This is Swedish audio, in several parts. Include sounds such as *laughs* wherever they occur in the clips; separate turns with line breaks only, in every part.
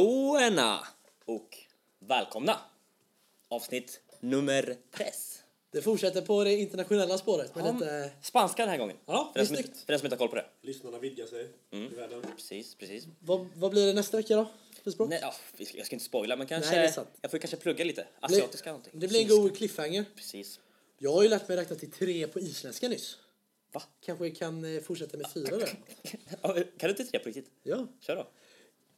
Tjena och välkomna! Avsnitt nummer press.
Det fortsätter på det internationella spåret men
Om
lite...
spanska den här gången.
Ja,
för, den som
det är
inte, för den som inte har koll på det. Mm.
Lyssnarna vidgar sig i världen.
Precis, precis.
Vad, vad blir det nästa vecka då? För språk?
Nej, ja, vi ska- jag ska inte spoila men kanske...
Nej, det är sant.
jag får kanske plugga lite.
Blir-
Asiatiska någonting.
Det blir en god cliffhanger.
Precis. *laughs*
Jag har ju lärt mig räkna till tre på isländska nyss.
Va?
Kanske kan eh, fortsätta med fyra
*laughs*
där.
Ja, kan du inte tre på riktigt?
Ja.
Kör då.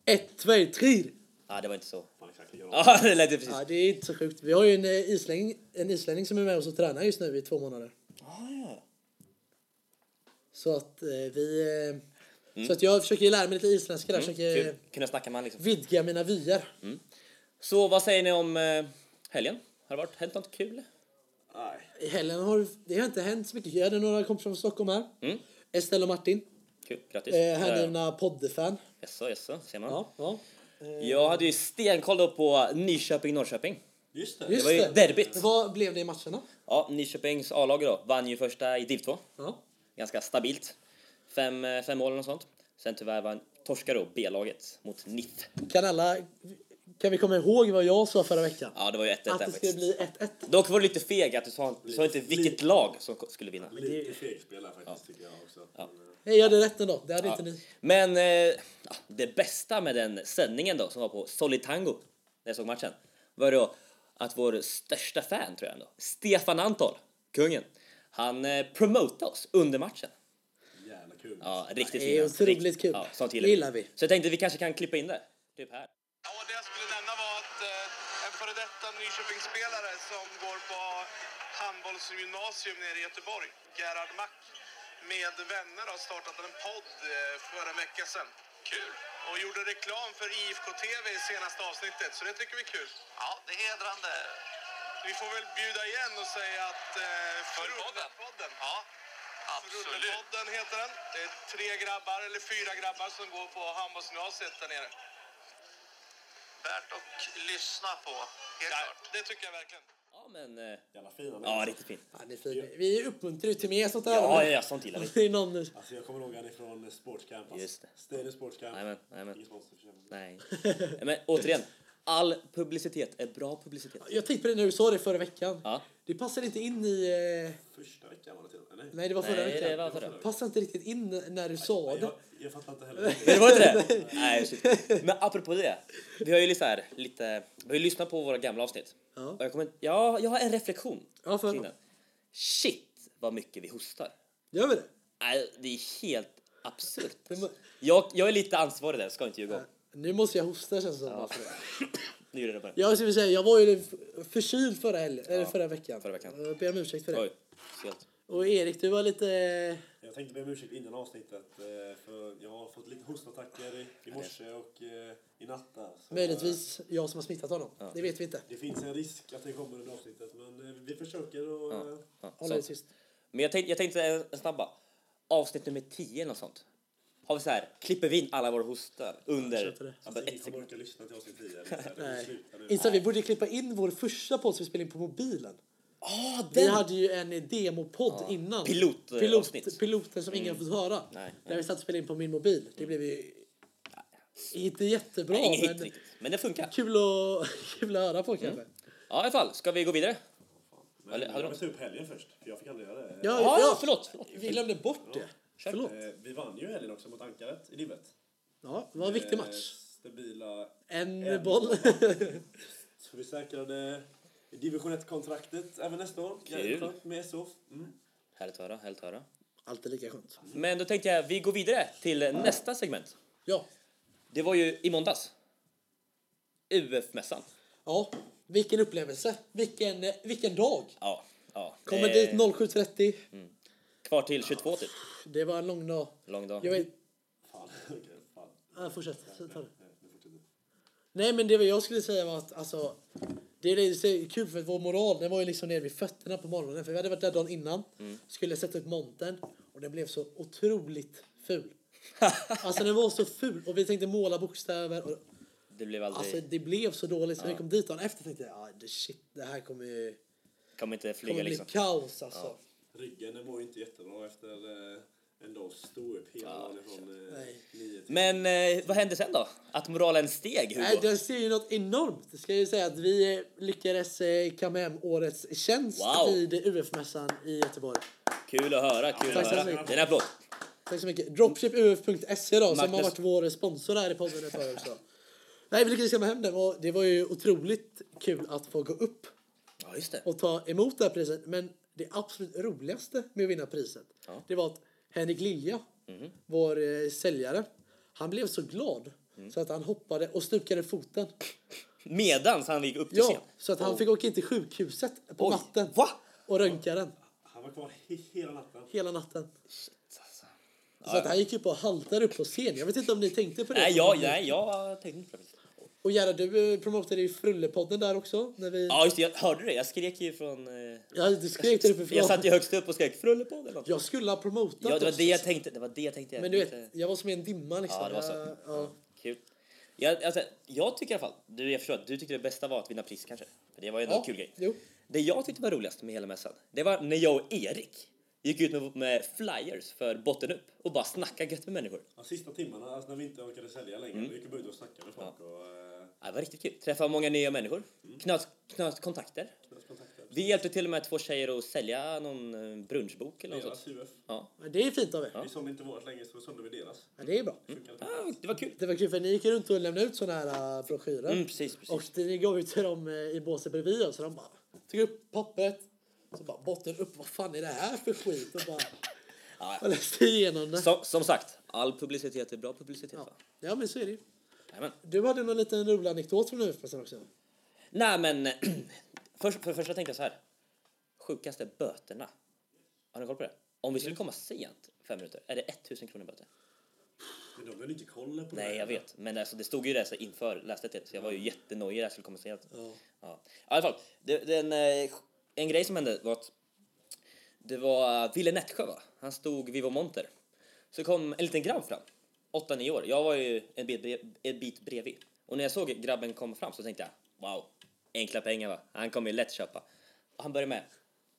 Ett, två, tre!
ah, det var inte så.
Fan, exakt, jag gör
Ja, *laughs* det lät ju precis.
Ja, det är inte så sjukt. Vi har ju en, eh, islänning, en islänning som är med oss och tränar just nu i två månader.
Ah, ja.
Så att eh, vi... Eh, Så att jag försöker lära mig lite isländska där. Försöker
Mm. Kul. Kunna snacka med han liksom.
vidga mina vyer.
Så vad säger ni om eh, helgen? Har det varit, hänt något kul?
Nej.
I helgen har det har inte hänt så mycket. Jag hade några kompisar från Stockholm här.
Mm.
Estelle och Martin.
Kul, grattis.
Eh, hängivna poddfan.
Jaså, jaså, ser man.
Ja, ja.
Jag hade ju stenkoll då på Nyköping-Norrköping.
Just det.
Just
var ju derbyt.
Vad blev det i matcherna?
Ja, Nyköpings A-lag då vann ju första i div 2.
Ja.
Ganska stabilt. Fem, eh, fem mål och sånt. Sen tyvärr vann, torskade då B-laget mot NIF.
Kan alla... Kan vi komma ihåg vad jag sa förra veckan?
Ja, det var ju 1-1 där
Att det skulle
faktiskt.
bli 1-1.
Dock var du lite feg att du sa, sa inte vilket lag som ko- skulle vinna.
Lite fegspel här faktiskt, tycker jag också. Men, eh,
Nej, Jag hade rätt ändå. Det hade inte
Ja.
ni.
Men eh, ja, det bästa med den sändningen då som var på Solitango när jag såg matchen var då att vår största fan tror jag ändå, Stefan Anton, kungen, han eh, promotade oss under matchen.
Jävla kul.
Ja, riktigt
Det är
fina.
otroligt
Rikt-
kul.
Ja, sånt
Det gillar vi.
Så jag tänkte att vi kanske kan klippa in det. Typ här.
Ja, och det jag skulle nämna var att eh, en före detta Nyköpingsspelare som går på handbollsgymnasium nere i Göteborg, Gerhard Mack, med vänner har startat en podd eh, för en vecka sedan. Kul! Och gjorde reklam för IFK TV i senaste avsnittet, så det tycker vi är kul. Ja, det är hedrande. Vi får väl bjuda igen och säga att... Eh, för podden? Ja. Absolut. Podden heter den. Det är tre grabbar, eller fyra grabbar, som går på handbollsgymnasiet där nere. Värt att lyssna på, helt klart. Det tycker jag verkligen.
Ja, men... eh,
Jävla fina.
Ja, riktigt fint.
Ja, ni är fina. Vi uppmuntrar ju till mer sånt här.
Ja, ja, ja, sånt gillar vi.
*laughs* Det är någon...
Alltså, jag kommer ihåg han ifrån eh, Sportscamp. alltså.
Just det.
Stenö Sportscamp.
Nej, men, nej, men,
Ingen sponsor för sig.
nej. men återigen, all publicitet är bra publicitet.
Jag tänkte på det när du sa det förra veckan.
Ja.
Det passar inte in i... eh,
Första veckan var det till och med.
Nej, det var förra
Nej,
veckan.
det var förra veckan.
Passar inte riktigt in när du sa
Nej,
det.
jag, jag fattar inte heller.
*laughs* Det var inte
*laughs*
det? Nej, shit. Men apropå det. Vi har ju lite, så här, lite vi har ju lyssnat på våra gamla avsnitt.
Ja.
Och jag, kommer, ja, jag har en reflektion.
Ja, för-
kring den. Shit, vad mycket vi hostar.
Gör vi det?
Nej, det är helt absurt.
Det må-
Jag, jag är lite ansvarig där, ska inte ljuga om.
Nu måste jag hosta känns det som. bara för det.
Nu gjorde jag det bara.
Jag, skulle säga, jag var ju f- förkyld förra, hel- eller förra veckan.
förra veckan.
Jag ber om ursäkt för det.
Oj, helt.
Och Erik, du var lite...
Jag tänkte be om ursäkt innan avsnittet. eh, För jag har fått lite hostattacker i, i morse och eh, i natt. där, så,
Möjligtvis jag som har smittat honom. Det vet vi inte.
eh, Det finns en risk att det kommer under avsnittet. Men eh, vi försöker att... eh,
Ja,
Håll
så.
dig tyst.
Men jag tänkte, jag tänkte en, en snabba. Avsnitt nummer 10 eller något sånt. Har vi så här, klipper vi in alla våra hostar under
köper det.
ja,
Alltså,
men
ingen
ett
kommer
sekund?
orka lyssna till avsnitt
*laughs*
10. Det är- det är
Nej.
slut nu.
Insa, vi borde klippa in vår första podd som vi spelade in på mobilen.
Ah,
Vi
den!
hade ju en demopodd innan.
Pilot- eh, avsnitt. Mm.
piloten som ingen fått höra.
Nej.
Där vi satt och spelade in på min mobil. Det blev ju inte jättebra.
Nej, ingen hit
men
riktigt. Mm. Men det funkar.
kul, att, *laughs* kul att höra på kanske.
Ja, i alla fall. Ska vi gå vidare?
Men
Eller- hade
jag
de-
måste upp helgen först, för jag fick aldrig göra det.
Ja,
Ja, ja, förlåt. förlåt.
Vi glömde bort det.
Kör.
Förlåt.
Eh, Vi vann ju helgen också mot Ankaret i livet. Eh,
Ja, det var en viktig match.
Stabila...
En
en
boll. *laughs*
Så vi säkrade division 1-kontraktet även nästa år.
Kul.
Jävligt skönt Med SOF. Mm.
Härligt att höra, härligt att höra.
Alltid lika skönt.
Men då tänkte jag vi går vidare till nästa segment.
Ja.
Det var ju i måndags. UF-mässan.
Ja, vilken upplevelse. Vilken, eh, vilken dag.
Ja, ja.
Kommer
Eh,
dit 07.30.
Kvar till 22 typ.
Det var en lång dag.
Lång dag.
Jag vet...
Fan, *laughs* okej. Fan.
Ja, fortsätt. Så tar det.
Nej, nu fortsätter vi.
Nej, men det var- jag skulle säga var att alltså, det är det som är kul för att vår moral den var ju liksom nere vid fötterna på morgonen. För vi hade varit där dagen innan, skulle sätta upp montern och den blev så otroligt ful. alltså den var så ful och vi tänkte måla bokstäver och
Det blev aldrig...
alltså det blev så dåligt så vi kom dit dagen efter tänkte jag ah, det- shit det här kommer ju
Kommer inte flyga
kommer bli
liksom.
kaos alltså.
Ah,
Ryggen den mår ju inte jättebra efter eh, en dag stå upp hela dagen från
Nej.
9
Men eh, vad hände sen då? Att moralen steg, Hugo?
Nej, den ser ju något enormt. Det ska jag ju säga att vi eh, lyckades eh, kamma hem årets tjänst
Wow.
vid UF-mässan i Göteborg.
Kul att höra, kul
Tack
att
så
höra.
mycket.
Det är en applåd.
Tack så mycket. Dropshipuf.se E då, som har
Marcus-
varit vår sponsor här i podden ett tag också. Nej, vi lyckades kamma hem den och det var ju otroligt kul att få gå upp
Ja, just det.
och ta emot det här priset. Men det absolut roligaste med att vinna priset,
Ja. Mhm.
det var att Henrik Lilja, vår eh, säljare, han blev så glad
Mm.
så att han hoppade och stukade foten.
Medans han gick upp till scen.
Ja, så att han fick åka in till sjukhuset på
Oj,
natten
va?
och röntga den
Han var kvar he- hela natten.
hela natten.
Alltså.
Så att han gick upp och haltade upp på scen. Jag vet inte om ni tänkte på det.
Nej, jag, nej, jag tänkte inte på det.
Och Gerhard, du eh, promotade ju Frullepodden där också. När vi...
Ja, just det. Jag hörde det. Jag skrek ju från... Eh,
Ja, du skrek där uppifrån.
jag satt ju högst upp och skrek Frullepodd eller något.
Jag skulle ha promotat
Ja, det var
också.
det jag tänkte. Det var det jag tänkte.
Men du vet, jag var som i en dimma liksom.
Ja, det var så.
Jag, ja.
Kul. Jag, alltså, jag tycker i alla fall, du, jag förstår att du tyckte det bästa var att vinna pris kanske. För det var ju ändå
Ja,
en kul grej.
jo.
Det jag tyckte var roligast med hela mässan, det var när jag och Erik gick ut med, med flyers för botten upp och bara snackade gött med människor.
De sista timmarna, alltså när vi inte orkade sälja längre, då gick vi bara ut och snackade med folk och eh,
Ja, det var riktigt kul. Träffade många nya människor, knöt, knöt kontakter.
knöt kontakter.
Vi hjälpte till och med två tjejer att sälja någon eh, brunchbok eller något sånt.
Deras UF.
Ja.
Men Det är fint av er.
Ja.
Vi sålde inte vårt längre, så sålde vi deras.
Ja, det är bra.
Funkade bra.
Ah, det var kul.
Det var kul för ni gick ju runt och lämnade ut såna här äh, broschyrer.
Mm, precis, precis.
Och ni gav ju till dem eh, i båset bredvid oss. Så de bara tog upp pappret. Så bara botten upp. Vad fan är det här för skit? Och bara...
*laughs* Ja,
Och läste igenom det.
Som, som sagt, all publicitet är bra publicitet.
Ja.
va?
ja, men så är det ju.
Jajamän.
Du hade någon liten rolig anekdot från UF-mässan också.
Nej men, *clears throat* först, för det första tänkte jag så här. Sjukaste böterna. Har ni koll på det? Om vi skulle komma sent fem minuter, är det 1000 kronor i böter?
Men de höll inte koll på
Nej,
det.
jag vet. Men alltså, det stod ju det så inför, läste jag till. Så jag var ju jättenojig att jag skulle komma sent.
Ja.
Ja. I alla fall, det, den, eh, en grej som hände var att det var Ville Nettsjö, va? Han stod vid vår monter. Så kom en liten grabb fram, 8-9 år. Jag var ju en bit, brev, en bit bredvid. Och när jag såg grabben komma fram så tänkte jag, wow, enkla pengar va? Han kommer ju lätt köpa. Och han började med,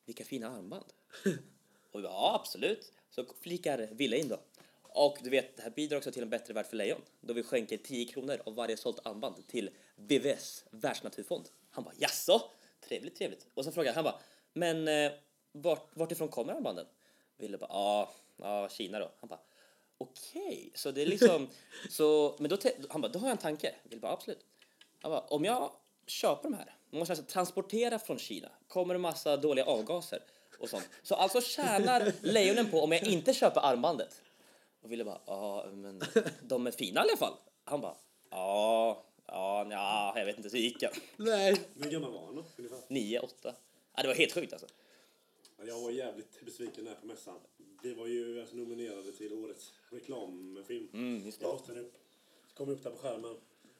vilka fina armband. Och vi bara, ja absolut. Så flikar Ville in då. Och du vet, det här bidrar också till en bättre värld för lejon. Då vi skänker 10 kronor av varje sålt armband till VVS världsnaturfond. Han bara, jaså? Trevligt, trevligt. Och så frågar han bara, men eh, vart, vart ifrån kommer armbanden? Ville bara, ja, ja, Kina då. Han bara, okej, så det är liksom, så, men då, te- han bara, då har jag en tanke. Ville bara, absolut. Han bara, om jag köper de här, man måste alltså transportera från Kina, kommer en massa dåliga avgaser och sånt. Så alltså tjänar lejonen på om jag inte köper armbandet. Och ville bara, ja men de är fina i alla fall. Han bara, ja, ja, nja, jag vet inte, så gick jag.
Nej.
Hur gammal var han då, ungefär?
Nio, åtta. Ja, det var helt sjukt alltså.
Ja, Jag var jävligt besviken här på mässan. Vi var ju alltså nominerade till årets reklamfilm.
Mm, just det.
Jag åkte upp. Så kom jag upp där på skärmen.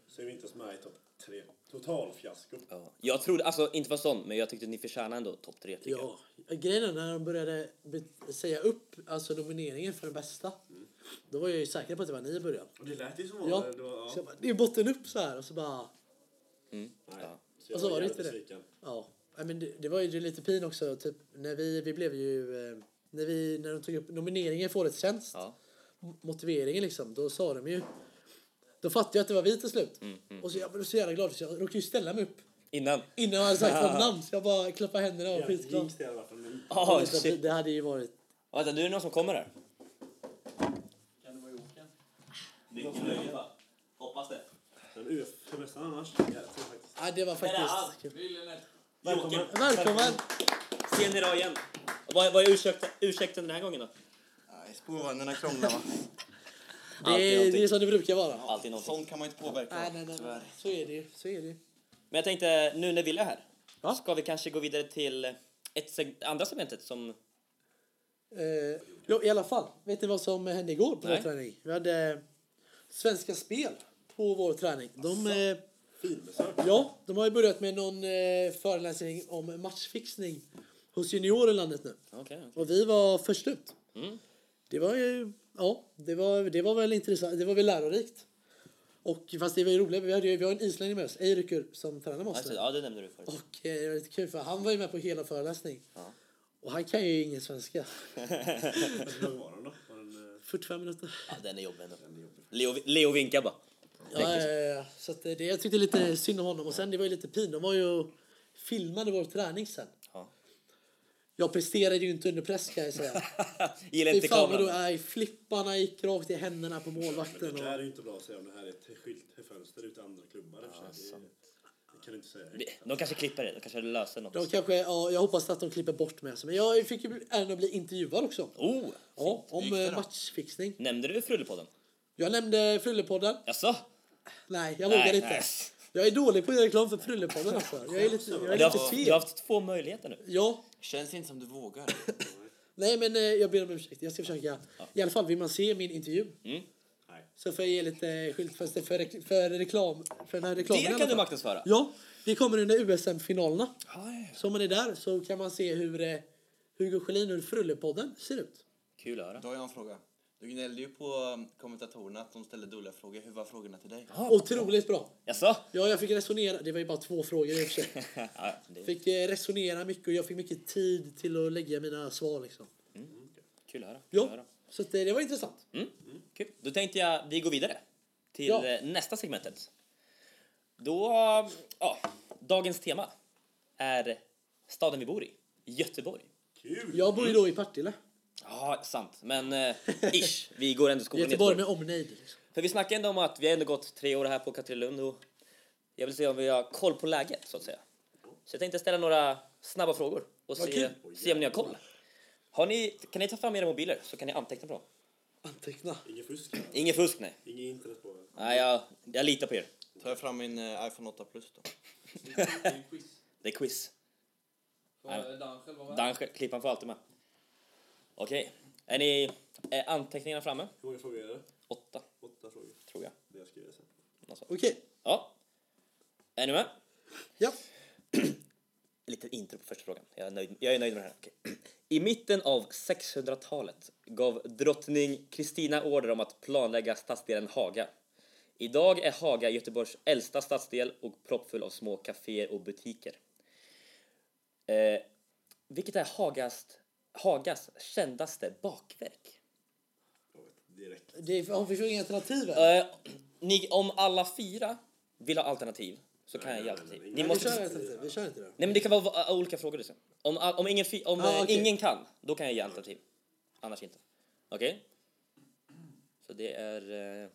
Så är vi inte ens med i topp tre. Total fiasko.
Ja. Jag trodde, alltså inte för sån, men jag tyckte ni förtjänade ändå topp tre. tycker jag.
Ja, grejen är när de började be- säga upp alltså nomineringen för den bästa.
Mm.
Då var jag ju säker på att det var ni i början.
Och det lät ju som
Ja,
det var...
så jag bara, det är botten upp så här och så bara,
Nej.
Ja.
Så jag
Och så var det
jävligt
inte det.
besviken.
ja. Nej, men det, det var ju lite pin också, typ när vi, vi blev ju, eh, när vi, när de tog upp nomineringen för årets tjänst,
Ja.
m- motiveringen liksom, då sa de ju, då fattade jag att det var vi till slut. Och så jag blev så jävla glad så jag råkade ju ställa mig upp
Innan.
innan jag hade sagt vårt namn så jag bara klappade händerna och var
Jag
skitglad.
jinx det i alla fall. men-
Oh,
Så att det,
shit.
det hade ju varit
Vänta, nu är det någon som kommer här. Hoppas det.
Men UF till mässan annars. Jävligt kul faktiskt.
Ja, det var
allt?
faktiskt kul.
Välkommen.
Välkommen!
Sen idag igen. Vad, vad är ursäkten, ursäkten den här gången då?
Nej, spårvagnarna krånglar va?
Det är, det är som det brukar vara.
Alltid någonting.
*laughs* Sånt kan man inte påverka
Nej, nej, nej, nej.
tyvärr.
Så är det ju. Så är det ju.
Men jag tänkte, nu när Wille är här,
Ja.
ska vi kanske gå vidare till ett seg- andra segmentet som...
Eh, jo, i alla fall. Vet ni vad som hände igår på
Nej.
vår träning? Vi hade eh, Svenska Spel på vår träning. De, eh,
Fin besök.
ja, de har ju börjat med någon eh, föreläsning om matchfixning hos juniorer i landet nu.
Okej.
Och vi var först ut.
Mm.
Det var ju, ja, det var, det var väl intressant, det var väl lärorikt. Och fast det var ju roligt, vi, hade ju, vi har en islänning med oss, Eirikur, som tränar med oss
Alltså,
nu.
ja, det nämnde du förut.
Och eh, det var lite kul för han var ju med på hela föreläsning.
Ja.
Och han kan ju ingen svenska. *laughs*
Hur var den då? Var den, eh,
45 minuter.
Ja, den är jobbig ändå. Leo, Leo vinkar bara. *laughs*
Ja, ja, ja, ja. Så att eh, det, jag tyckte lite synd om honom. Och sen det var ju lite pin. De var ju filmade vår träning sen.
Ja.
Jag presterade ju inte under press kan jag säga.
Gillar *laughs*
Fy
inte
fan vad du
kameran.
är. Flipparna gick rakt i händerna på målvakten.
Men det där
Och,
är ju inte bra att säga om det här är ett skilt fönster ute i andra klubbar. i och för sig. det, det kan du inte säga.
De kanske klipper det, de kanske löser något.
de kanske, ja, jag hoppas att de klipper bort mig. alltså. Men jag fick ju äran att bli intervjuad också.
Oh!
Ja, om
det
eh,
då?
matchfixning.
Nämnde du Frullepodden?
Jag nämnde Frullepodden.
Jaså?
Nej, jag
Nej,
vågar inte.
nej.
Jag är dålig på att göra reklam för Frullepodden. Alltså. Jag är lite, jag är
Du har,
lite
haft, du har
feg.
haft två möjligheter nu.
Ja,
Känns inte som du vågar.
Nej, men eh, jag ber om ursäkt. Jag ska försöka. I alla fall vill man se min
Mm.
intervju.
Nej.
Så får jag ge lite skyltfönster för, rekl- för reklam. För den här reklamen. i
Det
alla
kan du
fall.
marknadsföra.
Ja, det kommer under USM-finalerna.
Ah, Ja, ja, ja.
Så om man är där så kan man se hur eh, Hugo Schelin och Frullepodden ser ut.
Kul att höra.
Då har jag en fråga. Du gnällde ju på um, kommentatorerna att de ställde dåliga frågor. Hur var frågorna till dig?
Ah,
Otroligt bra.
Jaså?
Ja, jag fick resonera. Det var ju bara två frågor i och
*laughs*
för sig.
Ja, ja, det är
Fick eh, resonera mycket och jag fick mycket tid till att lägga mina svar liksom.
kul att höra. Kul att
Ja,
höra.
så att, eh, det var intressant.
Mm. Kul. Då tänkte jag vi går vidare till
Ja.
eh, nästa segmentet. Då, ja, dagens tema är staden vi bor i, Göteborg.
Kul!
Jag bor ju då i Partille.
Ja, sant, men eh, ish, vi går ändå i skolan i Göteborg.
Göteborg med omnejd. Liksom.
För vi snackade ändå om att vi har ändå gått tre år här på Katrilund och jag vill se om vi har koll på läget så att säga. Så jag tänkte ställa några snabba frågor och se,
kul.
se om ni har koll. Har ni, kan ni ta fram era mobiler så kan ni anteckna på dem?
Anteckna.
Ingen fusk här.
Inget fusk, nej.
Ingen internet på det.
Nej, jag, jag litar på er.
Tar jag fram min eh, iPhone 8 Plus då?
Det är quiz. Nej.
Dan själv vara med?
Dan sk- klippan får alltid med. Okej, är ni är anteckningarna framme?
Hur många frågor är det?
Åtta,
Åtta frågor.
tror jag.
Det jag skriver sen.
Något sånt.
Okej.
Ja. Är ni med?
Ja.
Lite intro på första frågan. Jag är nöjd, jag är nöjd med det här. Okej. I mitten av 600-talet gav drottning Kristina order om att planlägga stadsdelen Haga. Idag är Haga Göteborgs äldsta stadsdel och proppfull av små kaféer och butiker. Eh, vilket är Hagas, Hagas kändaste bakverk?
Jag vet, direkt.
Det, ja, vi får inga alternativ här.
Eh, ni, om alla fyra vill ha alternativ så kan jag ge alternativ.
nej,
Ni
nej.
Vi
måste...
kör
Nej,
inte det. Vi kör inte det.
men det kan vara va- olika frågor. Liksom. Om, all- om, ingen, fi- om
Ah,
eh,
okej.
ingen kan, då kan jag ge alternativ. Annars inte. Okej? Så det är... eh,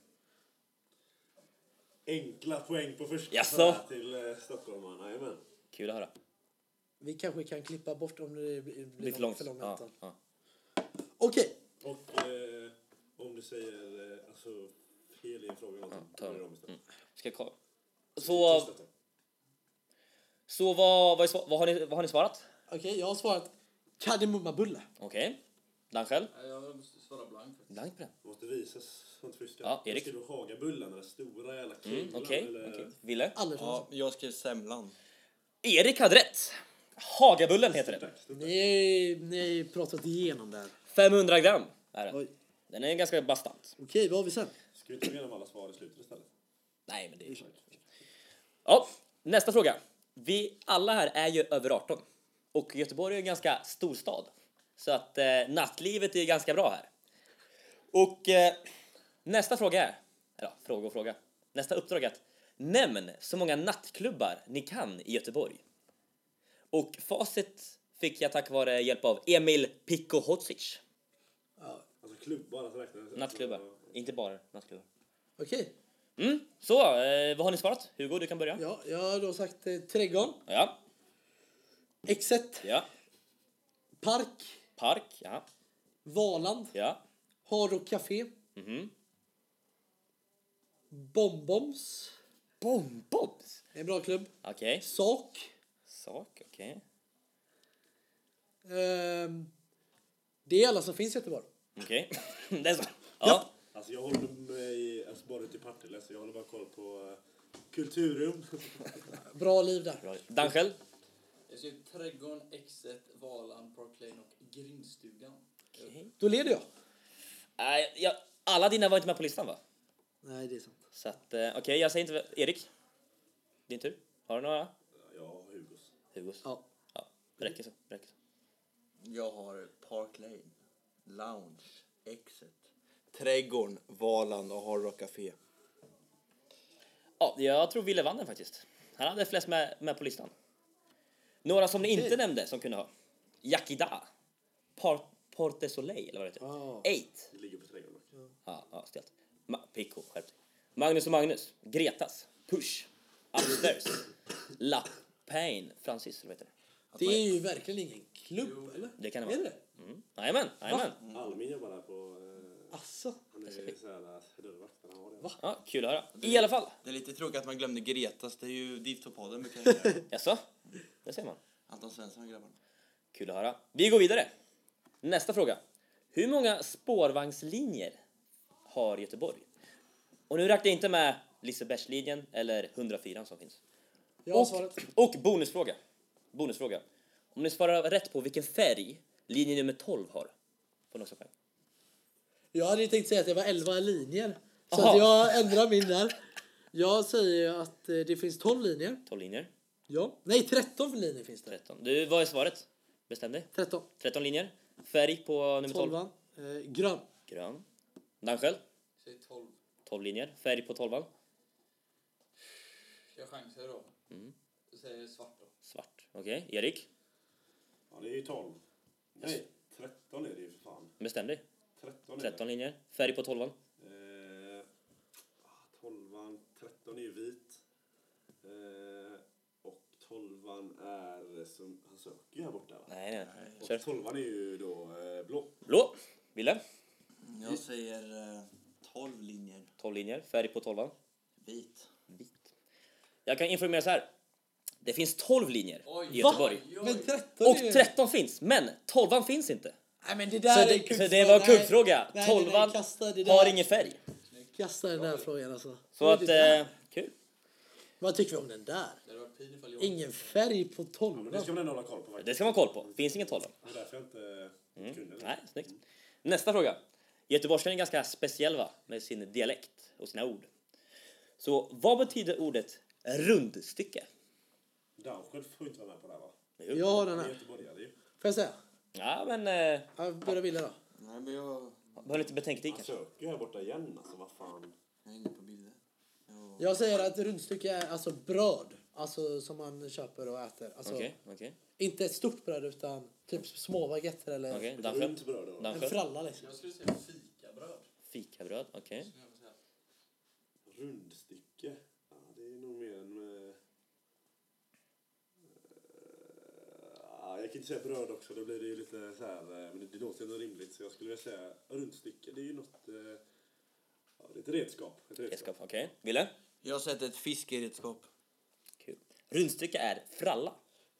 Enkla poäng på första
Jaså?
sådär till eh, stockholmarna. Jajamän.
kul att höra.
Vi kanske kan klippa bort om det blir,
Det blir för långt.
för lång
Ja,
väntan.
ja.
Okej.
Och eh, om du säger eh, alltså, fel i en fråga, ja,
ta den.
om istället.
Ska jag kolla? Så,
Tyst detta.
så vad, vad, är sva- vad, har ni, vad har ni svarat?
Okej, jag har svarat kardemummabulle.
Okej. Dan själv?
Nej, Jag måste svara blankt. faktiskt.
Blank på den.
Det måste visas sånt fuska.
Ja, Erik.
Skriver du Hagabullarna, den där stora jävla kringlan?
Mm, Okej.
eller-
okej. Ville?
Andersson.
Ja, jag skrev semlan.
Erik hade rätt! Hagabullen heter den.
Tack, stort tack.
Ni, ni har pratat igenom där.
500 gram är den.
Oj.
Den är ganska bastant.
Okej, vad har vi sen?
Ska vi inte gå igenom alla svar i slutet istället?
Nej, men det är Ja, nästa fråga. Vi alla här är ju över 18 och Göteborg är en ganska stor stad så att eh, nattlivet är ganska bra här. Och eh, nästa fråga är, eller ja, fråga och fråga, nästa uppdrag är att nämn så många nattklubbar ni kan i Göteborg. Och facit fick jag tack vare hjälp av Emil Pikko Hodzic.
Alltså klubbar, alltså räknar det.
Nattklubbar,
Alltså,
inte bara nattklubbar.
Okej.
Mm, så, eh, vad har ni svarat? Hugo, du kan börja.
Ja, jag har då sagt eh, trädgården,
Ja,
Exet,
ja.
Park,
Park, ja.
Valand,
Ja.
Hard Rock Café,
Mhm.
Bomboms.
Bomboms?
Det är en bra klubb.
Okej.
Sak.
Sak, okej.
Ehm, det är alla som finns i Göteborg.
Okej. det är så. Ja.
Alltså jag håller mig, alltså bara ute i Partille, så jag håller bara koll på eh, kulturrum. *laughs*
Bra liv där.
Bra. Dan själv?
Jag skrev Trädgården, Exet, Valand, Park Lane och Grindstugan.
Då leder jag.
Nej, jag, alla dina var inte med på listan va?
Nej, det är sant.
Så att, eh, okej, jag säger inte... Erik? Din tur. Har du några?
ja, Hugos.
Hugos. Ja.
Ja.
det räcker så. det Räcker så.
Jag har Park Lane, Lounge, Exit, Trädgården, Valand och Hard Rock Café.
Ja, jag tror Wille vann den faktiskt. Han hade flest med, med på listan. Några som ni inte nämnde som kunde ha. Yakida. Par, Porte Soleil eller vad det heter.
Ja.
Eight.
Det ligger på trädgården. Ja.
Ja, ja stelt. Ma Pico, skärp dig. Magnus och Magnus. Gretas. Push.
*coughs*
Upstairs. La Pain. Francis, eller vad heter det?
Det är ju verkligen ingen klubb, eller?
Det kan det
Är
vara.
det det?
Mm. Jajamän, jajamän.
Almin jobbar där på... Eh,
Asså?
han är så här eh, dörrvakt. men Han har det. Va?
Ja, kul att höra. I alla fall.
Det är lite tråkigt att man glömde Gretas, det är ju dit podden brukar *laughs* hänga.
Jaså? Det ser man.
Anton Svensson och grabbarna.
Kul att höra. Vi går vidare. Nästa fråga. Hur många spårvagnslinjer har Göteborg? Och nu räknar jag inte med Lisebergslinjen eller 104 som finns.
Jag har
Och,
svaret.
och bonusfråga. bonusfråga. Om ni svarar rätt på vilken färg linje nummer 12 har får ni också poäng.
Jag hade ju tänkt säga att det var 11 linjer. Så
Aha.
att jag ändrar min där. Jag säger att eh, det finns 12 linjer.
12 linjer.
Ja. Nej, 13 linjer finns det.
13. Du, vad är svaret? Bestäm dig.
13.
13 linjer. Färg på nummer 12.
12. Eh, grön.
Grön. Dansköld.
Säg 12.
12 linjer. Färg på 12.
Jag chansar då.
Mm.
Då säger jag svart då.
Svart. Okej, Erik.
Ja, det är ju 12. Nej, 13 är det ju för fan.
Bestäm dig.
13 är
13 linjer. Färg på 12.
det. Eh, ah, 12, 13 är ju vit. Eh, och 12 är... Som, han söker ju här borta va?
Nej, nej. Kör.
Och 12 är ju då eh, blå.
Blå. Ville.
Jag säger eh, 12 linjer
12 linjer. Färg på 12.
vit.
Vit. Jag kan informera så här. Det finns 12 linjer i Göteborg.
oj, oj.
Men 13
Och
är ju-
13 finns, men 12 finns inte.
Nej, men det
Så
där är
det, så det var en kuggfråga.
Nej, nej,
12
nej, kasta det där.
har ingen färg.
Kasta den där frågan alltså.
Så
Vad är
att,
det där?
eh, kul.
Vad tycker vi om den där?
Det hade varit pin ifall jag...
Ingen färg på
Ja, men det
12.
ska man ändå hålla koll på faktiskt.
Det ska man ha koll på. Finns ingen 12.
Det är därför jag inte kunde det.
Mm. Nej, snyggt. Nästa fråga. Göteborgskan är ganska speciell va? med sin dialekt och sina ord. Så vad betyder ordet rundstycke?
Dansköld får inte vara med på det här va?
Jag har den
Han är
här.
göteborgare ju.
Får jag säga?
Ja, men... Eh,
Jag börjar vilja då.
Nej men jag...
behöver lite betänketid
Han
kanske.
söker ju här borta igen alltså, vad fan.
Jag är inne på bilder. Jag...
Jag säger att rundstycke är alltså bröd. Alltså som man köper och äter. Alltså,
Okej, okej.
Inte ett stort bröd utan typ små baguetter eller
Okej,
Runt
Danfred.
bröd då.
en
Danfred.
fralla liksom.
Jag skulle säga fikabröd.
Fikabröd, okej.
skulle jag säga.
Rundstycke. Ja, det är nog mer en... eh, eh, jag kan inte säga bröd också, då blir det ju lite så här, eh, men det, det låter ju ändå rimligt så jag skulle vilja säga rundstycke, det är ju något, eh, ja, det är ett redskap. Ett redskap.
Redskap, okej. Ville?
Jag sätter ett fiskeredskap.
Kul. Rundstycke är fralla.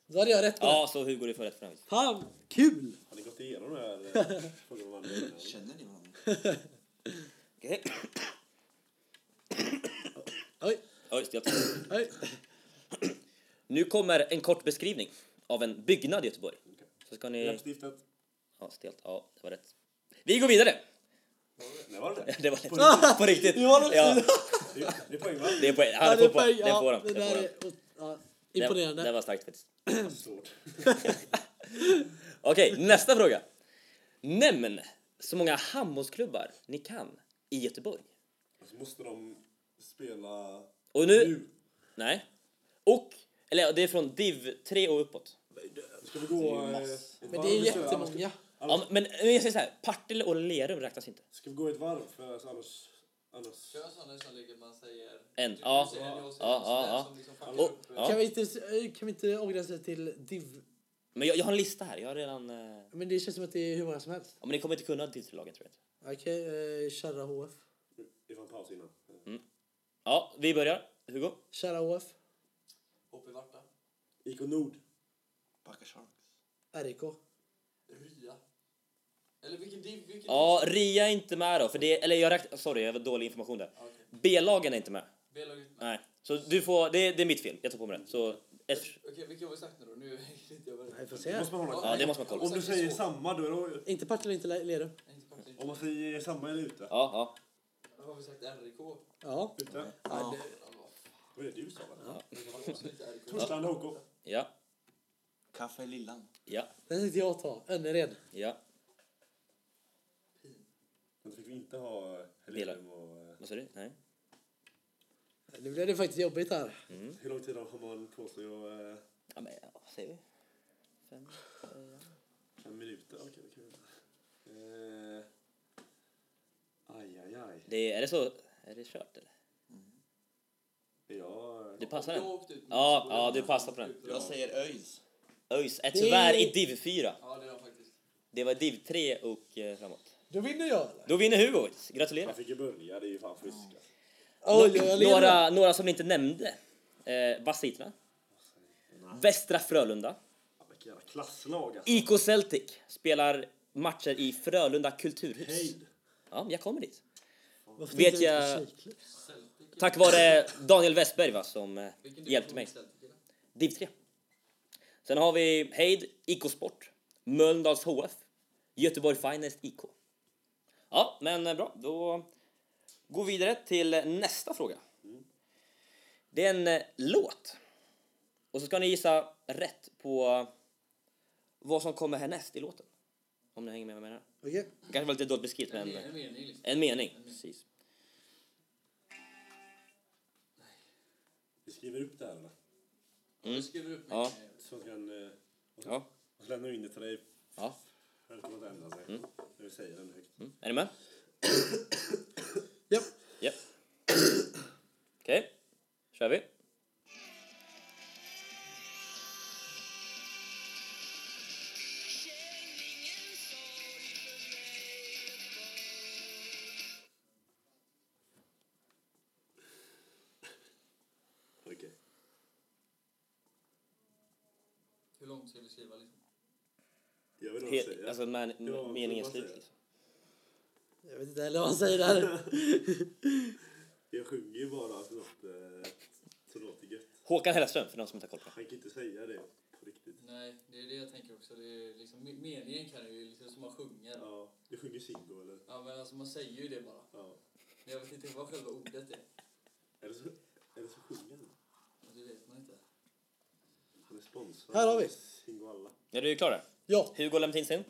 Då hade jag rätt på
Ja, så hur går det för rätt för
det. Fan, kul!
Har ni gått igenom det här eh, frågan om vad det är
*laughs*
innan?
Känner ni varandra?
Okej. *clears throat*
Oj,
Oj, stelt.
oj.
Nu kommer en kort beskrivning av en byggnad i Göteborg. Så ska ni...
Läppstiftet.
Ja, stelt. Ja, det var rätt. Vi går vidare! *laughs*
Nej, var det det?
Det var lätt. På
*laughs*
riktigt. Ja,
Det- Det är poäng va?
*laughs* det är poäng.
Ja,
Han
det
får
är poäng.
poäng. Det får
Ja,
han. Det
det
får
där
han.
är o- ja,
Det, det
imponerande.
var starkt faktiskt.
Svårt.
Okej, nästa fråga. Nämn så många handbollsklubbar ni kan i Göteborg.
Alltså måste de spela
Och nu...
nu?
Nej. Och... Eller ja, det är från div 3 och uppåt.
Ska vi gå... eh, ett
Men
varv?
det är
Vi kör, annars-
jättemånga.
Ja, men men jag säger så här, Partille och Lerum räknas inte.
Ska vi gå ett varv? För alltså, annars... annars
Kör sådana som ligger man säger...
En,
Du
ja.
säger en, jag säger
Ja,
en,
ja,
sån där
ja.
som liksom fuckar
Och,
upp.
Kan
ja.
vi inte, eh, kan vi inte avgränsa det till div...
Men jag, jag har en lista här. Jag har redan... Eh,
Men det känns som att det är hur många som helst.
ja, men ni kommer inte kunna titelslagen, tror jag. inte.
Okej, eh, Kärra HF.
Vi får en paus innan. Eh,
Ja, vi börjar. Hugo?
Kärra HF.
Hopp i Varta.
IK Nord.
Backa Sharks.
RIK.
Rya. Eller vilken div? Vilken
Ja, Ria är inte med då. För det, eller jag räknar... Sorry, jag var dålig information där.
Ja, okej.
B-lagen är inte med.
B-laget med.
Nej. Så du får... Det, det är mitt fel. Jag tar på mig det. Så... Ett,
Okej, vilka har vi sagt nu *laughs* då? Nu är inte jag
Nej,
beredd.
får se.
Måste man hålla
ja, det måste man kolla.
Om du säger samma då, är det-
Inte Partille, inte Le- Lerum.
Nej, inte Partille.
Om man säger samma är det ute.
Ja, ja.
Har vi sagt RIK?
Ja.
Ute.
ja. det-
Vad är det du sa? va?
Absolut RIK.
Torslanda HK.
Ja,
Kaffe Lillan.
ja,
Den tänkte jag ta. Önnered.
ja.
Men då fick vi inte ha Helenium och... eh,
Vad sa du? Nej.
Nu blev det faktiskt jobbigt här.
Hur lång tid har man på sig? Och, eh,
Ja, men ja, vad säger vi? Fem, fyra.
fem minuter? Okej, det kan vi göra. Eh, Aj, aj, aj.
Det, är det så? Är det kört eller?
Ja,
Du passar
Jag
den?
åkte ut med
Ja,
skolan.
ja, du passar på den.
Jag säger ÖIS.
ÖIS är
Det-
tyvärr i div 4.
Ja, det är jag faktiskt.
Det var div 3 och eh, framåt.
Då vinner jag eller?
Då vinner Hugo.
man
Gratulerar.
fick ju börja. Det är ju fan fusk. alltså.
Oj, jag leder.
Några, några som ni inte nämnde. Eh, Basiterna. Västra Frölunda.
Ja, Vilket jävla klasslag alltså.
IK Celtic spelar matcher i Frölunda kulturhus.
Hejd!
Ja, jag kommer dit.
Varför
Vet
tänkte
jag-
inte på Shakespeare?
Celtic.
Tack vare Daniel Westberg va, som eh,
Vilken
hjälpte
division
mig.
Celtic är det?
Div 3. Sen har vi Heid, IK Sport, Mölndals HF, Göteborg Finest IK. Ja, men eh, bra. Då går vi vidare till nästa fråga.
Mm.
Det är en eh, låt. Och så ska ni gissa rätt på vad som kommer härnäst i låten. Om ni hänger med vad jag menar.
Okej.
Det kanske var lite dåligt beskrivet, men
Det är en mening liksom.
en mening. Precis.
Vi skriver upp det här eller?
Jag skriver upp mig.
Ja.
Så att kan... eh, Och så,
Ja.
och så lämnar vi in det till dig.
ja.
För att det kommer att ändra sig. När vi säger den högt.
Är ni med?
Ja.
Ja. Okej, kör vi.
Okej.
Hur långt ska vi skriva liksom?
Jag vill nog
Helt,
säga.
alltså men,
Ja,
meningen
vad
slut
säger jag?
liksom.
Jag vet inte heller vad han säger där.
Jag sjunger ju bara alltså, något eh, som låter gött.
Håkan Hellström för de som inte har koll på det.
Han kan inte säga det på riktigt.
Nej, det är det jag tänker också. Det är liksom, me- meningen kan ju liksom som man sjunger. Ja.
Ja, du sjunger Singo eller?
men alltså man säger ju det bara.
Ja.
Men jag vet inte vad själva ordet är.
Eller så, eller så sjunger han.
Men det vet man inte.
Han är sponsrad.
Här har vi.
av Singo alla.
Är du klar där?
Ja.
Hugo har lämnat in sin.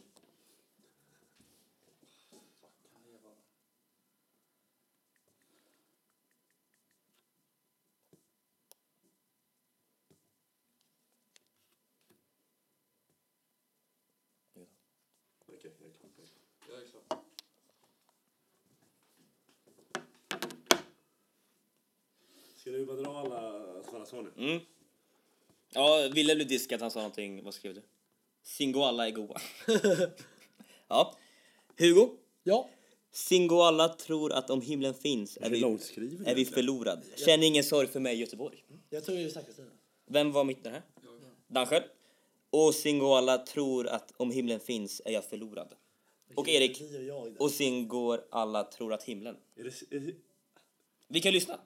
Okej, jag är klar.
Jag är klar.
Ska du bara dra alla sådana svar nu?
Mm. Ja, Wille blev diskad. Han sa någonting. Vad skrev du? Singoalla är goa. *laughs* ja. Hugo.
Ja.
Singoalla tror att om himlen finns är
Hur
vi,
långskriven
är vi förlorad. Känn ingen sorg för mig Göteborg.
Jag tror ju säkert det.
Vem var mitten här? Dansjö. Och Singoalla tror att om himlen finns är jag förlorad. Och Erik.
Ni och jag där.
Och sin går alla tror att himlen.
Är det, är det,
Vi kan lyssna.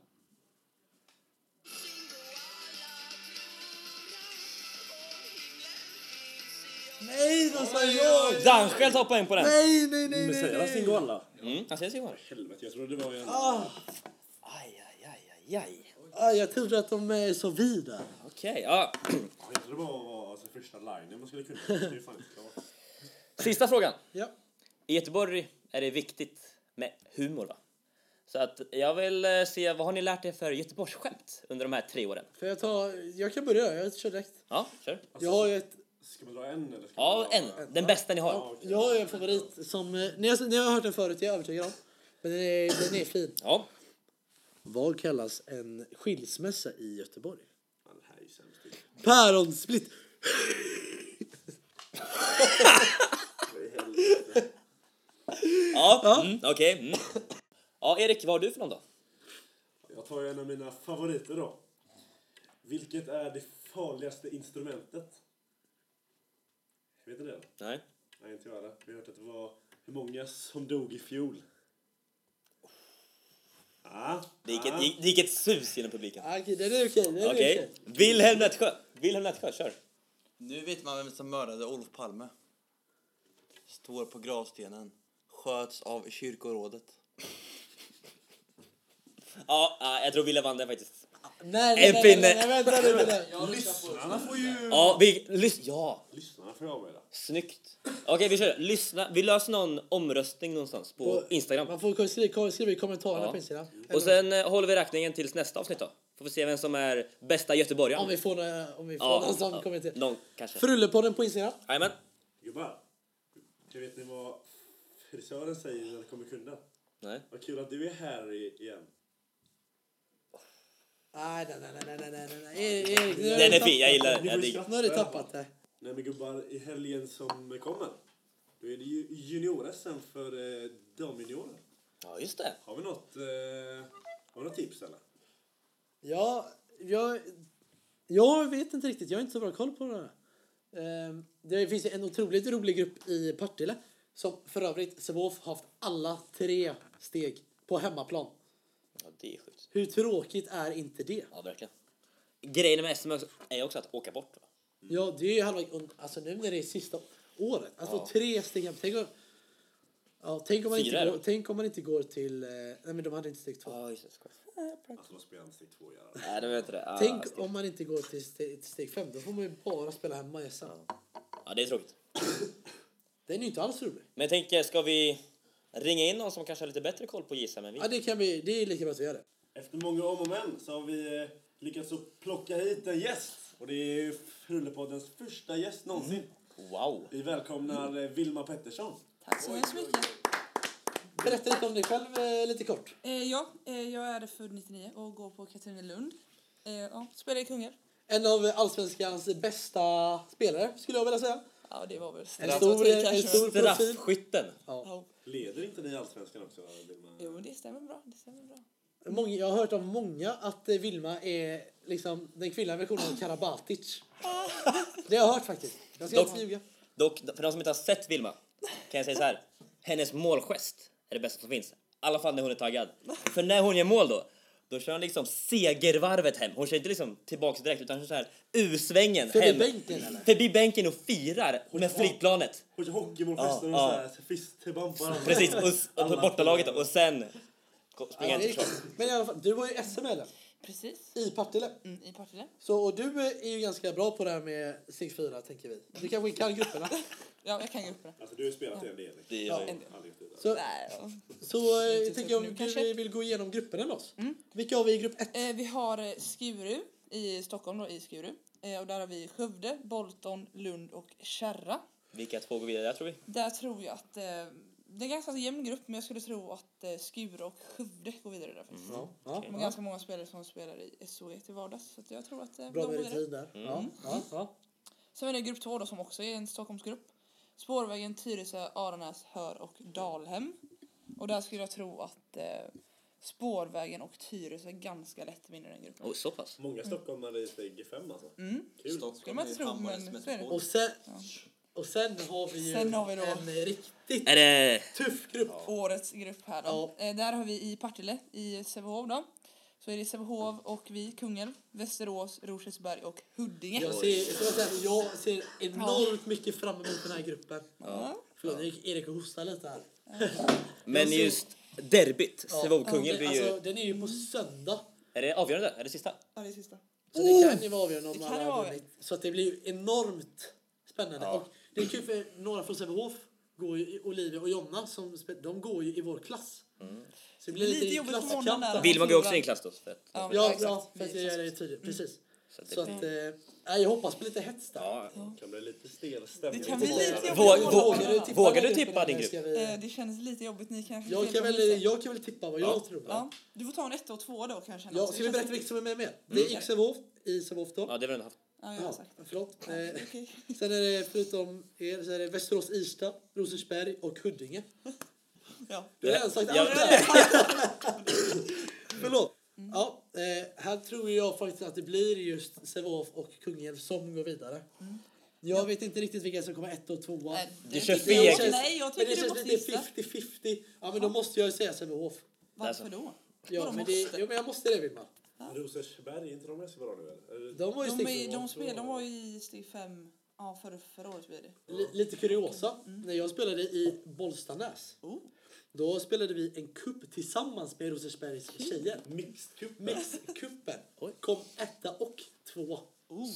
Nej, de sa jag!
Danskjäl tar poäng på den.
Nej, nej, nej,
men
nej.
säger han Singo alla?
Mm, han säger Simon.
Helvete, jag trodde det var en...
Aj, aj, aj, aj, aj.
Ah, jag trodde att de är så vi där.
Okej, ja.
Jag trodde det var var alltså, första linjen man skulle kunna. Det är ju fan inte klart.
Sista frågan.
Ja.
I Göteborg är det viktigt med humor, va? Så att jag vill eh, se, vad har ni lärt er för Göteborgsskämt under de här tre åren?
För jag, tar, jag kan börja, jag kör direkt.
Ja, kör.
Jag har ju ett,
Ska man dra en eller? Ska
Ja,
man dra...
en. Den bästa ni har.
okej.
jag har ju en favorit som... eh, Ni har, ni har hört den förut, jag är övertygad om. Men den är, den är fin.
Ja.
Vad kallas en skilsmässa i Göteborg?
Fan, det här är ju sämst.
Päronsplitt!
Ja, mm, okej. Mm. Ja, Erik, vad har du för någon då?
Jag tar ju en av mina favoriter då. Vilket är det farligaste instrumentet? Vet ni det?
Nej.
Nej, inte jag det. Vi har hört att det var hur många som dog i fjol. Ah,
Det gick,
ah.
ett, det gick ett sus genom publiken.
Ah, Okej, den är okej. Den är
Okej.
okej.
Wilhelm Nätsjö. Wilhelm Nätsjö, kör.
Nu vet man vem som mördade Olof Palme. Står på gravstenen. Sköts av kyrkorådet.
Ja, ja, jag tror ah, Wille vann den faktiskt.
Nej,
En
nej, nej,
pinne.
nej, nej, vänta lite där.
*laughs*
Jag lyssnar på
Lyssnarna får ju...
Mm.
Ja, vi... Lys- ja,
Lyssnarna får ju avgöra.
snyggt. Okej, vi kör. Lyssna. Vi löser någon omröstning någonstans på,
På-
Instagram.
Man får skriva, skriva i kommentarerna
Ja.
på Instagram. Eller
Och sen eh, håller vi räkningen tills nästa avsnitt då. Får vi se vem som är bästa göteborgaren.
om vi får, några- om vi får
Ja,
någon som
ja,
kommer till.
Någon kanske.
Frullepodden på Instagram.
Jajamän.
Gubbar, jag vet ni vad frisören säger när det kommer kunder?
Nej.
Vad kul att du är här i- igen.
Nej, nej, nej, nej, nej, nej, nej, nej. Erik, Erik, nu har
Den
du
är fin, jag
tappat
gillar
det.
den. Jag diggar.
Nu har du tappat det.
Nej men gubbar, i helgen som kommer, då är det ju junior-SM för eh, damjuniorer.
Ja, just det.
Har vi något, eh, har vi något tips eller?
Ja, jag, jag vet inte riktigt. Jag har inte så bra koll på det här. Ehm, Det finns en otroligt rolig grupp i Partille som för övrigt Sävehof har haft alla tre steg på hemmaplan.
Ja, det är sjukt.
Hur tråkigt är inte det?
Ja, verkligen. Grejen med SM också- är också att åka bort. Va?
Ja, det är ju halva... und- Alltså nu när det är sista året. Att få tre steg hem. Tänk om, ja, tänk, om man
Fyra Ah, är
inte
det.
går, tänk om man inte går till... eh, Nej, men de hade inte steg två.
Ja, just det. Skoj.
Alltså vad spelar ansikt två göra?
Nej, det vet inte det. Ah, Ja,
tänk
det-
om man inte går till steg, till steg fem. Då får man ju bara spela hemma i SM.
Ja, det är tråkigt.
Den är ju inte alls rolig.
Men jag tänker, ska vi ringa in någon som kanske har lite bättre koll på JSM än vi?
Ja, det, kan vi, det är lika bra att vi gör det.
Efter många om och men så har vi eh, lyckats att plocka hit en gäst. Och det är Frullepoddens första gäst någonsin.
Wow!
Vi välkomnar eh, Vilma Pettersson.
Tack så hemskt mycket.
Berätta lite om dig själv eh, lite kort.
Eh, ja, eh, jag är född 99 och går på Katrinelund. Eh, ja, spelar i Kungälv.
En av allsvenskans bästa spelare skulle jag vilja säga.
Ja, det var väl
En
straff
stor,
att vi
en
kanske-
stor profil.
Straffskytten!
Ja.
Leder inte ni Allsvenskan också? Vilma?
Jo, men det stämmer bra. Det stämmer bra.
Många, jag har hört av många att eh, Vilma är liksom den kvinnliga versionen av Karabatic. Det har jag hört faktiskt. Jag ska
Ah. Dock-
inte ljuga.
Dock, för de som inte har sett Vilma kan jag säga så här. Hennes målgest är det bästa som finns. I alla fall när hon är taggad. För när hon gör mål då, då kör hon liksom segervarvet hem. Hon kör inte liksom tillbaks direkt utan så här U-svängen
Förbi
hem.
bänken, eller?
Förbi bänken och firar med flygplanet.
Och så Hockeymålgester
Ja,
och sådär, så fist till bamparna.
Precis, och, s- och på
Alla-
bortalaget då. och sen ko-
Ja,
springer jag
det är
till
klart. Men i alla fall, du var ju SM-medlem
Precis.
i Partille.
Mm, I Partille.
Så, och du eh, är ju ganska bra på det här med steg 4, tänker vi. Du kanske kan
*laughs*
grupperna.
Ja, jag kan gå upp på det.
Alltså du har ju spelat i en del. liksom.
Ja.
En del.
Aldrig gjort det där.
Så,
Nej, ja.
så eh,
Inte
tänker
så
jag
nu
om du
kanske. Mm.
vill gå igenom grupperna med oss. Vilka har vi i grupp 1?
eh, vi har eh, Skuru i Stockholm, då, i Skuru. Eh, och där har vi Skövde, Bolton, Lund och Kärra.
Vilka två går vidare där tror vi?
Där tror jag att... Eh, det är en ganska jämn grupp, men jag skulle tro att eh, Skuru och Skövde går vidare där faktiskt.
Ja,
De har ganska många spelare som spelar i SOE till vardags. Så att jag tror att eh,
Bra
de går
med
vidare.
rutin där. Ja, ja, ja.
Sen är det grupp två då som också är en Stockholmsgrupp. Spårvägen, Tyresö, Aranäs, Hör och Dalhem. Och där skulle jag tro att eh, Spårvägen och Tyresö ganska lätt vinner den gruppen.
Oh, så pass.
Många stockholmare i steg 5 alltså. Kul.
Ska
Stockholm
man
är
tro,
handbollens
men så är det.
metropol.
Och sen, och sen har vi ju
Sen har vi då-
en riktigt
Är det...
tuff grupp.
Årets grupp här då.
Ja.
Eh, där har vi i Partille, i Sävehof då. Så är det Sävehof och vi, Kungälv, Västerås, Rosersberg och Huddinge.
Jag ser, jag, ska bara säga, jag ser enormt mycket fram emot den här gruppen.
Ja.
Förlåt, nu gick Erik och hostade lite här.
Men just derbyt, Sävehof-Kungälv blir
Alltså,
ju...
den är ju på söndag.
Är det avgörande? Är det sista?
Ja, det är sista.
Så det kan ju vara avgörande om
Det kan
alla
ju
har
vara
vunnit. Så att det blir ju enormt spännande. Och det är kul för några från Sävehof, går ju- Olivia och Jonna, som, spe- de går ju i vår klass.
Mm.
Så det blir
Lite
lite,
jobbigt på
klasskamp
morgonen
där.
där.
Vilma går också in i klass då. För att...
Ja,
Ja,
exakt. Mm.
ja, för att
Vi-
göra det tydligt. Precis.
Så att det
Så att, eh, nej, jag hoppas på lite hets där.
Ja.
Kan bli lite stel stämning.
Det kan bli lite jobbigt.
Vågar-
på
vågar-
morgonen.
tippa Vågar du
den
tippa
gruppen,
din
eller ska
Eh,
vi-
Det kändes lite jobbigt. Ni kanske
Jag
fel
kan,
på
väl,
gissar.
jag kan väl tippa vad jag tror.
Ja,
va?
du får ta en ett och två då kanske.
Ja,
Alltså,
ska
det
vi
känns
berätta
lite-
vilka som är med? med? Det
Mm.
är Sävehof i Sävehof då.
ja, det har vi redan haft.
Ja, jag har
Ja,
sagt.
förlåt. Eh,
Okej.
sen är det förutom er så är det Västerås, Ista, Rosersberg och Huddinge.
Ja.
Du har redan sagt
Ja.
allt där. Förlåt. Ja, eh, här tror jag faktiskt att det blir just Sävehof och Kungälv som går vidare. Jag vet inte riktigt vilka som kommer ett och tvåa.
Mm. Nej,
Du
Eh, det
kör
tycker jag
feg.
också.
känns-
Nej, jag
men det
tycker du
känns
måste
lite
gissa.
50-50. Ja, men då måste jag ju säga Sävehof.
Varför då?
Alltså. Ja,
Vadå
men det,
måste?
jo, men jag måste det, Vilma.
Rosersberg, är inte de ganska bra nu eller? Är det-
De var ju
De, är,
stickspår.
de, spel, de var ju i steg fem ja, förra, förra året. Blir det.
Li- Lite kuriosa. När jag spelade i Bollstanäs
Oh.
Då spelade vi en kupp tillsammans med Rosersbergs tjejer.
Mixed-kuppen.
Mixkuppen kom etta och två.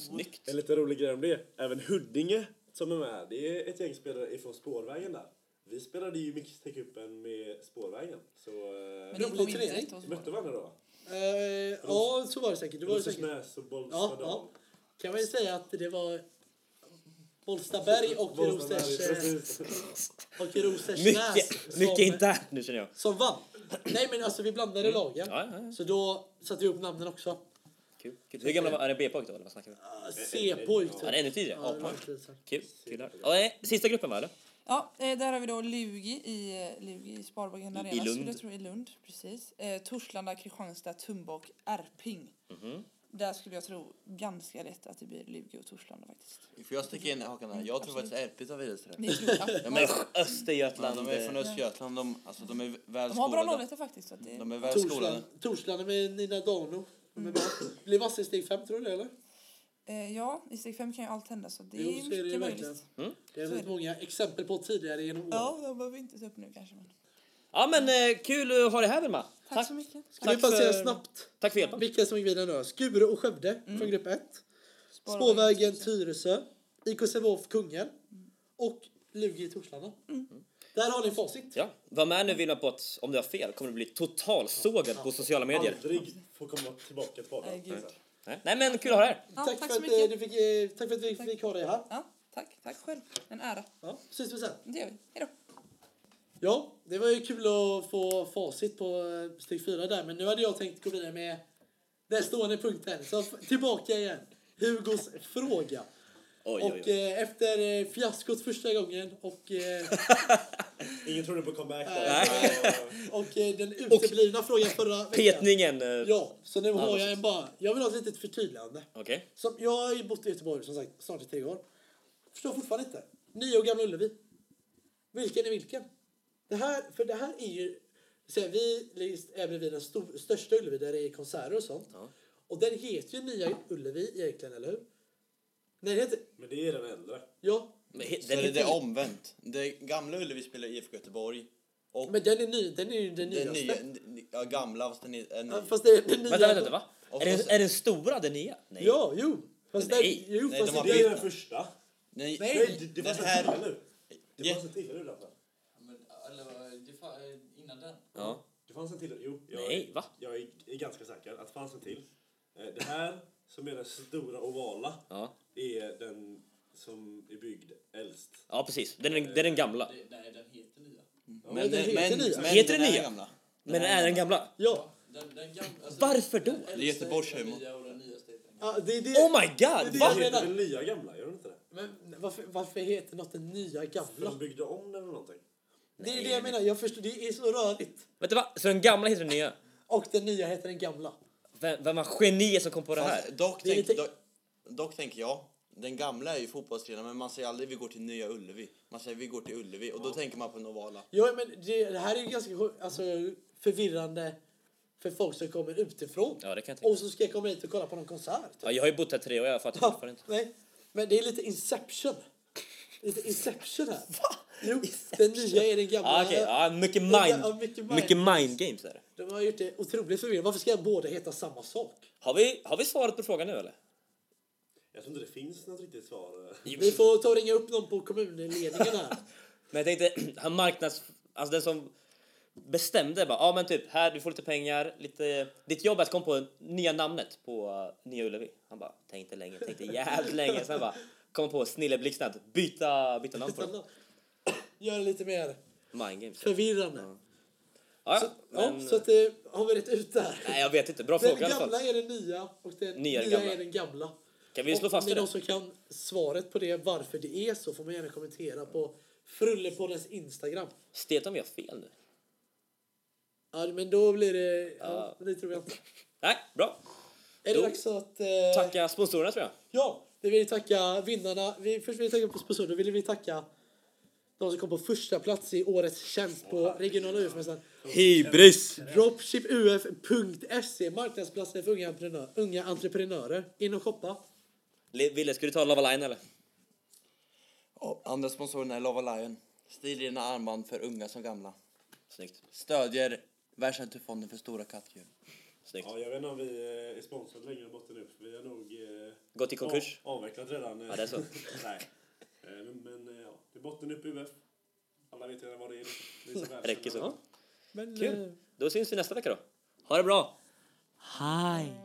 Snyggt.
En liten rolig grej om det. Även Huddinge som är med. Det är ett gäng spelare ifrån Spårvägen där. Vi spelade ju Mixed-kuppen med Spårvägen. Så eh,
Men ni
Rolig
kom inte
turnering.
direkt
vi mötte varandra då.
Eh, ja, så var det säkert. Det var det säkert.
Rosersnäs och
Ja,
Bollstadal.
ja. Kan man ju säga att det var Bollstaberg och Rosers, eh, och Rosersnäs
Mycket, mycket
som,
internt nu känner jag.
som vann. Nej, men alltså vi blandade lagen.
Mm. Ja, ja, ja.
Så då satte vi upp namnen också.
Kul, kul. Hur gamla var är det B-pojk då eller vad snackar vi?
Ah, C-pojk
Ja, det är ännu tidigare.
Ja, det var
A-pojk.
precis så.
Kul, kul. där. Ja, nej, sista gruppen va eller?
Ja, eh, där har vi då Lugi i, eh, Lugi i Sparbanken
I-
Arena.
i Lund.
Skulle jag tro, I Lund. Precis. Eh, Torslanda, Kristianstad, Tumba och Erping.
Mhm.
Där skulle jag tro ganska lätt att det blir Lugi och Torslanda faktiskt.
Får jag sticka in hakan där? Jag tror faktiskt Erpigt har vidare
*laughs*
Det är kul, ja.
Ja, men
Usch, Östergötland.
de är från Östergötland. De, alltså, de är väl
De har bra
skolade.
lagrätter faktiskt. Så att det...
De är väl
Torslanda,
skolade.
Torslanda med Nina Dano. De är
Mm.
bra. Blir vass i steg fem tror du det, eller?
eh, ja, i steg fem kan ju allt hända så det
Jo,
är
så är
mycket
det ju verkligen.
möjligt.
Det har
Så är
varit
det.
många exempel på tidigare genom åren.
Ja, de behöver vi inte ta upp nu kanske. Men...
Ja men eh, kul att ha dig här Vilma.
Tack, så mycket.
Ska vi
Tack
passera
för-
snabbt
Tack för hjälpen.
vilka som gick vidare nu? Skure och Skövde
Mm.
från grupp 1. Spårvägen Tyresö, IK Sävehof Kungälv
Mm.
och Lugi i Torslanda. Där har ni facit.
Ja, var med nu Vilma på att om du har fel kommer du bli totalsågad på sociala medier.
Aldrig får komma tillbaka till podden.
Nej, gud.
Nej nej, men kul att ha dig här.
Ja,
tack,
tack
för
så
att, eh,
mycket.
du fick, eh, tack för att vi fick ha dig här.
Ja, tack, tack själv. En ära.
Ja, syns vi sen.
Det gör vi. Hejdå.
Ja, det var ju kul att få facit på eh, steg fyra där. Men nu hade jag tänkt gå vidare med den stående punkten. Så f- tillbaka igen. Hugos fråga.
Oj, oj,
Och
oj.
eh, efter eh, fiaskot första gången och, eh,
Ingen trodde på comeback där.
Nej.
Så,
och
*laughs*
eh, den uteblivna frågan förra veckan.
Petningen. eh,
Ja, så nu har jag
precis.
en bara. Jag vill ha ett litet förtydligande.
Okej.
Som, jag har ju bott i Göteborg som sagt snart i tre år. Förstår fortfarande inte. Nya och Gamla Ullevi. Vilken är vilken? Det här, för det här är ju... Så här, vi ligger- är bredvid den stor, största Ullevi där det är konserter och sånt.
Ja.
Och den heter ju Nya Ullevi egentligen, eller hur? Nej, det heter...
*laughs* Men det är den äldre.
Ja,
Men he-
Så
den
är det, det
heter-
omvänt. Det gamla Ullevi spelar IFK Göteborg. Och
men den är ny. Den är ju den
den
nyaste.
nya... Ja, gamla fast den är, är ny.
Ja, Fast det är den nya.
Vänta, vänta, vänta va?
Och
Är den,
så-
är den stora, den nya? Nej.
Ja, jo. Fast
Nej.
Den, jo,
Nej,
fast
de har
det-
Det är den första.
Nej,
Nej, det, det
den
var så här
här...
nu. Det
Ja.
fanns en till, eller hur Lasse?
Men, eller, eh, det fa- innan den.
Ja.
Det fanns en till. Jo, jag,
Nej, va?
jag är, är ganska säker att det fanns en till. Eh, Det här, som är den stora ovala,
Ja.
är den som är byggd äldst.
ja, precis. Den är, den är den gamla.
Det, nej, den heter nya.
Men,
den heter nya.
Heter den
är
nya?
gamla.
Men den är den gamla.
Ja.
Den, den gamla, alltså,
Varför då?
den äldsta
Det är Göteborgs
den
humor.
nya och den nyaste heter den gamla.
Ja, det, det,
Oh my god!
Va?
Det
Va?
heter den nya gamla, gör den inte det?
Men varför, varför heter något den nya
För de
gamla?
byggde om den eller någonting.
Det är det jag menar. Jag förstår, det är så rörigt.
Vänta va? Så den gamla heter den nya?
Och den nya heter den gamla.
Vem, vem var geniet som kom på det här?
Fast dock,
Det är
tänk,
lite-
dock, dock tänker jag, den gamla är ju fotbollstränare men man säger aldrig vi går till Nya Ullevi. Man säger vi går till Ullevi och då tänker man på den ovala.
Ja, men det, det här är ju ganska alltså, förvirrande för folk som kommer utifrån.
Ja, det kan jag tänka.
och så ska jag komma hit och kolla på någon konsert.
Ja, jag har ju bott här tre år, jag fattar fortfarande inte.
Nej, men det är lite Inception. Lite Inception här. Va?
*laughs*
Jo, den nya är den gamla.
Ah, okej. Ja, mycket
Ja,
mind,
ja, mycket
mycket
mind.
mind. games är det.
De har gjort det otroligt förvirrande. Varför ska båda heta samma sak?
Har vi, har vi svaret på frågan nu eller?
Jag tror inte det finns något riktigt svar.
Vi får ta och ringa upp någon på
*laughs*
kommunledningen här.
Men jag tänkte, *clears throat* han marknads... Alltså den som bestämde bara, ja men typ här, du får lite pengar, lite... Ditt jobb är att komma på nya namnet på uh, Nya Ullevi. Han bara, tänkte länge, tänkte jävligt länge. Sen bara, kom på snilleblixtsnabbt, byta, byta namn på dem.
Gör det lite mer
Mind games. Ja,
förvirrande.
ja,
Så,
men,
ja, så att det har vi rätt ut där.
Nej jag vet inte, bra
Den
fråga i alla fall.
gamla är den nya och den
Nya
nya,
är den gamla.
är den gamla.
Kan vi slå
Och
fast
om det
det?
är någon som kan svaret på det, varför det är så, får man gärna kommentera på Frullepoddens Instagram.
Stet om jag har fel nu?
Ja, men då blir det... Ja, det tror jag
*laughs*
inte.
Nej, bra.
Är det
Då-
dags att... Eh,
Tacka sponsorerna tror jag.
Ja, vi vill tacka vinnarna. Vi, först vill vi tacka på sponsorer, då vill vi tacka de som kom på första plats i årets tjänst på regionala UF-mässan.
Hybris!
Dropshipuf.se, marknadsplatsen E, för unga, entreprenör, unga entreprenörer. In och shoppa.
Ville, ska du ta Lava Line eller?
Och andra sponsorerna är Lava Lion. Stilrena armband för unga som gamla.
Snyggt.
Stödjer Världsnaturfonden för stora kattdjur.
Snyggt.
Ja, jag vet inte om vi eh, är sponsrade längre borta nu, för vi har nog... eh,
Gått i konkurs?
Av, avvecklat redan. eh.
Ja, det är så.
*laughs* Nej. Eh, Men, men eh, ja, det är botten upp i UF. Alla vet redan vad det är. Det är så väl.
Räcker så.
Men, eh,
Kul. Då syns vi nästa vecka då. Ha det bra! Hej!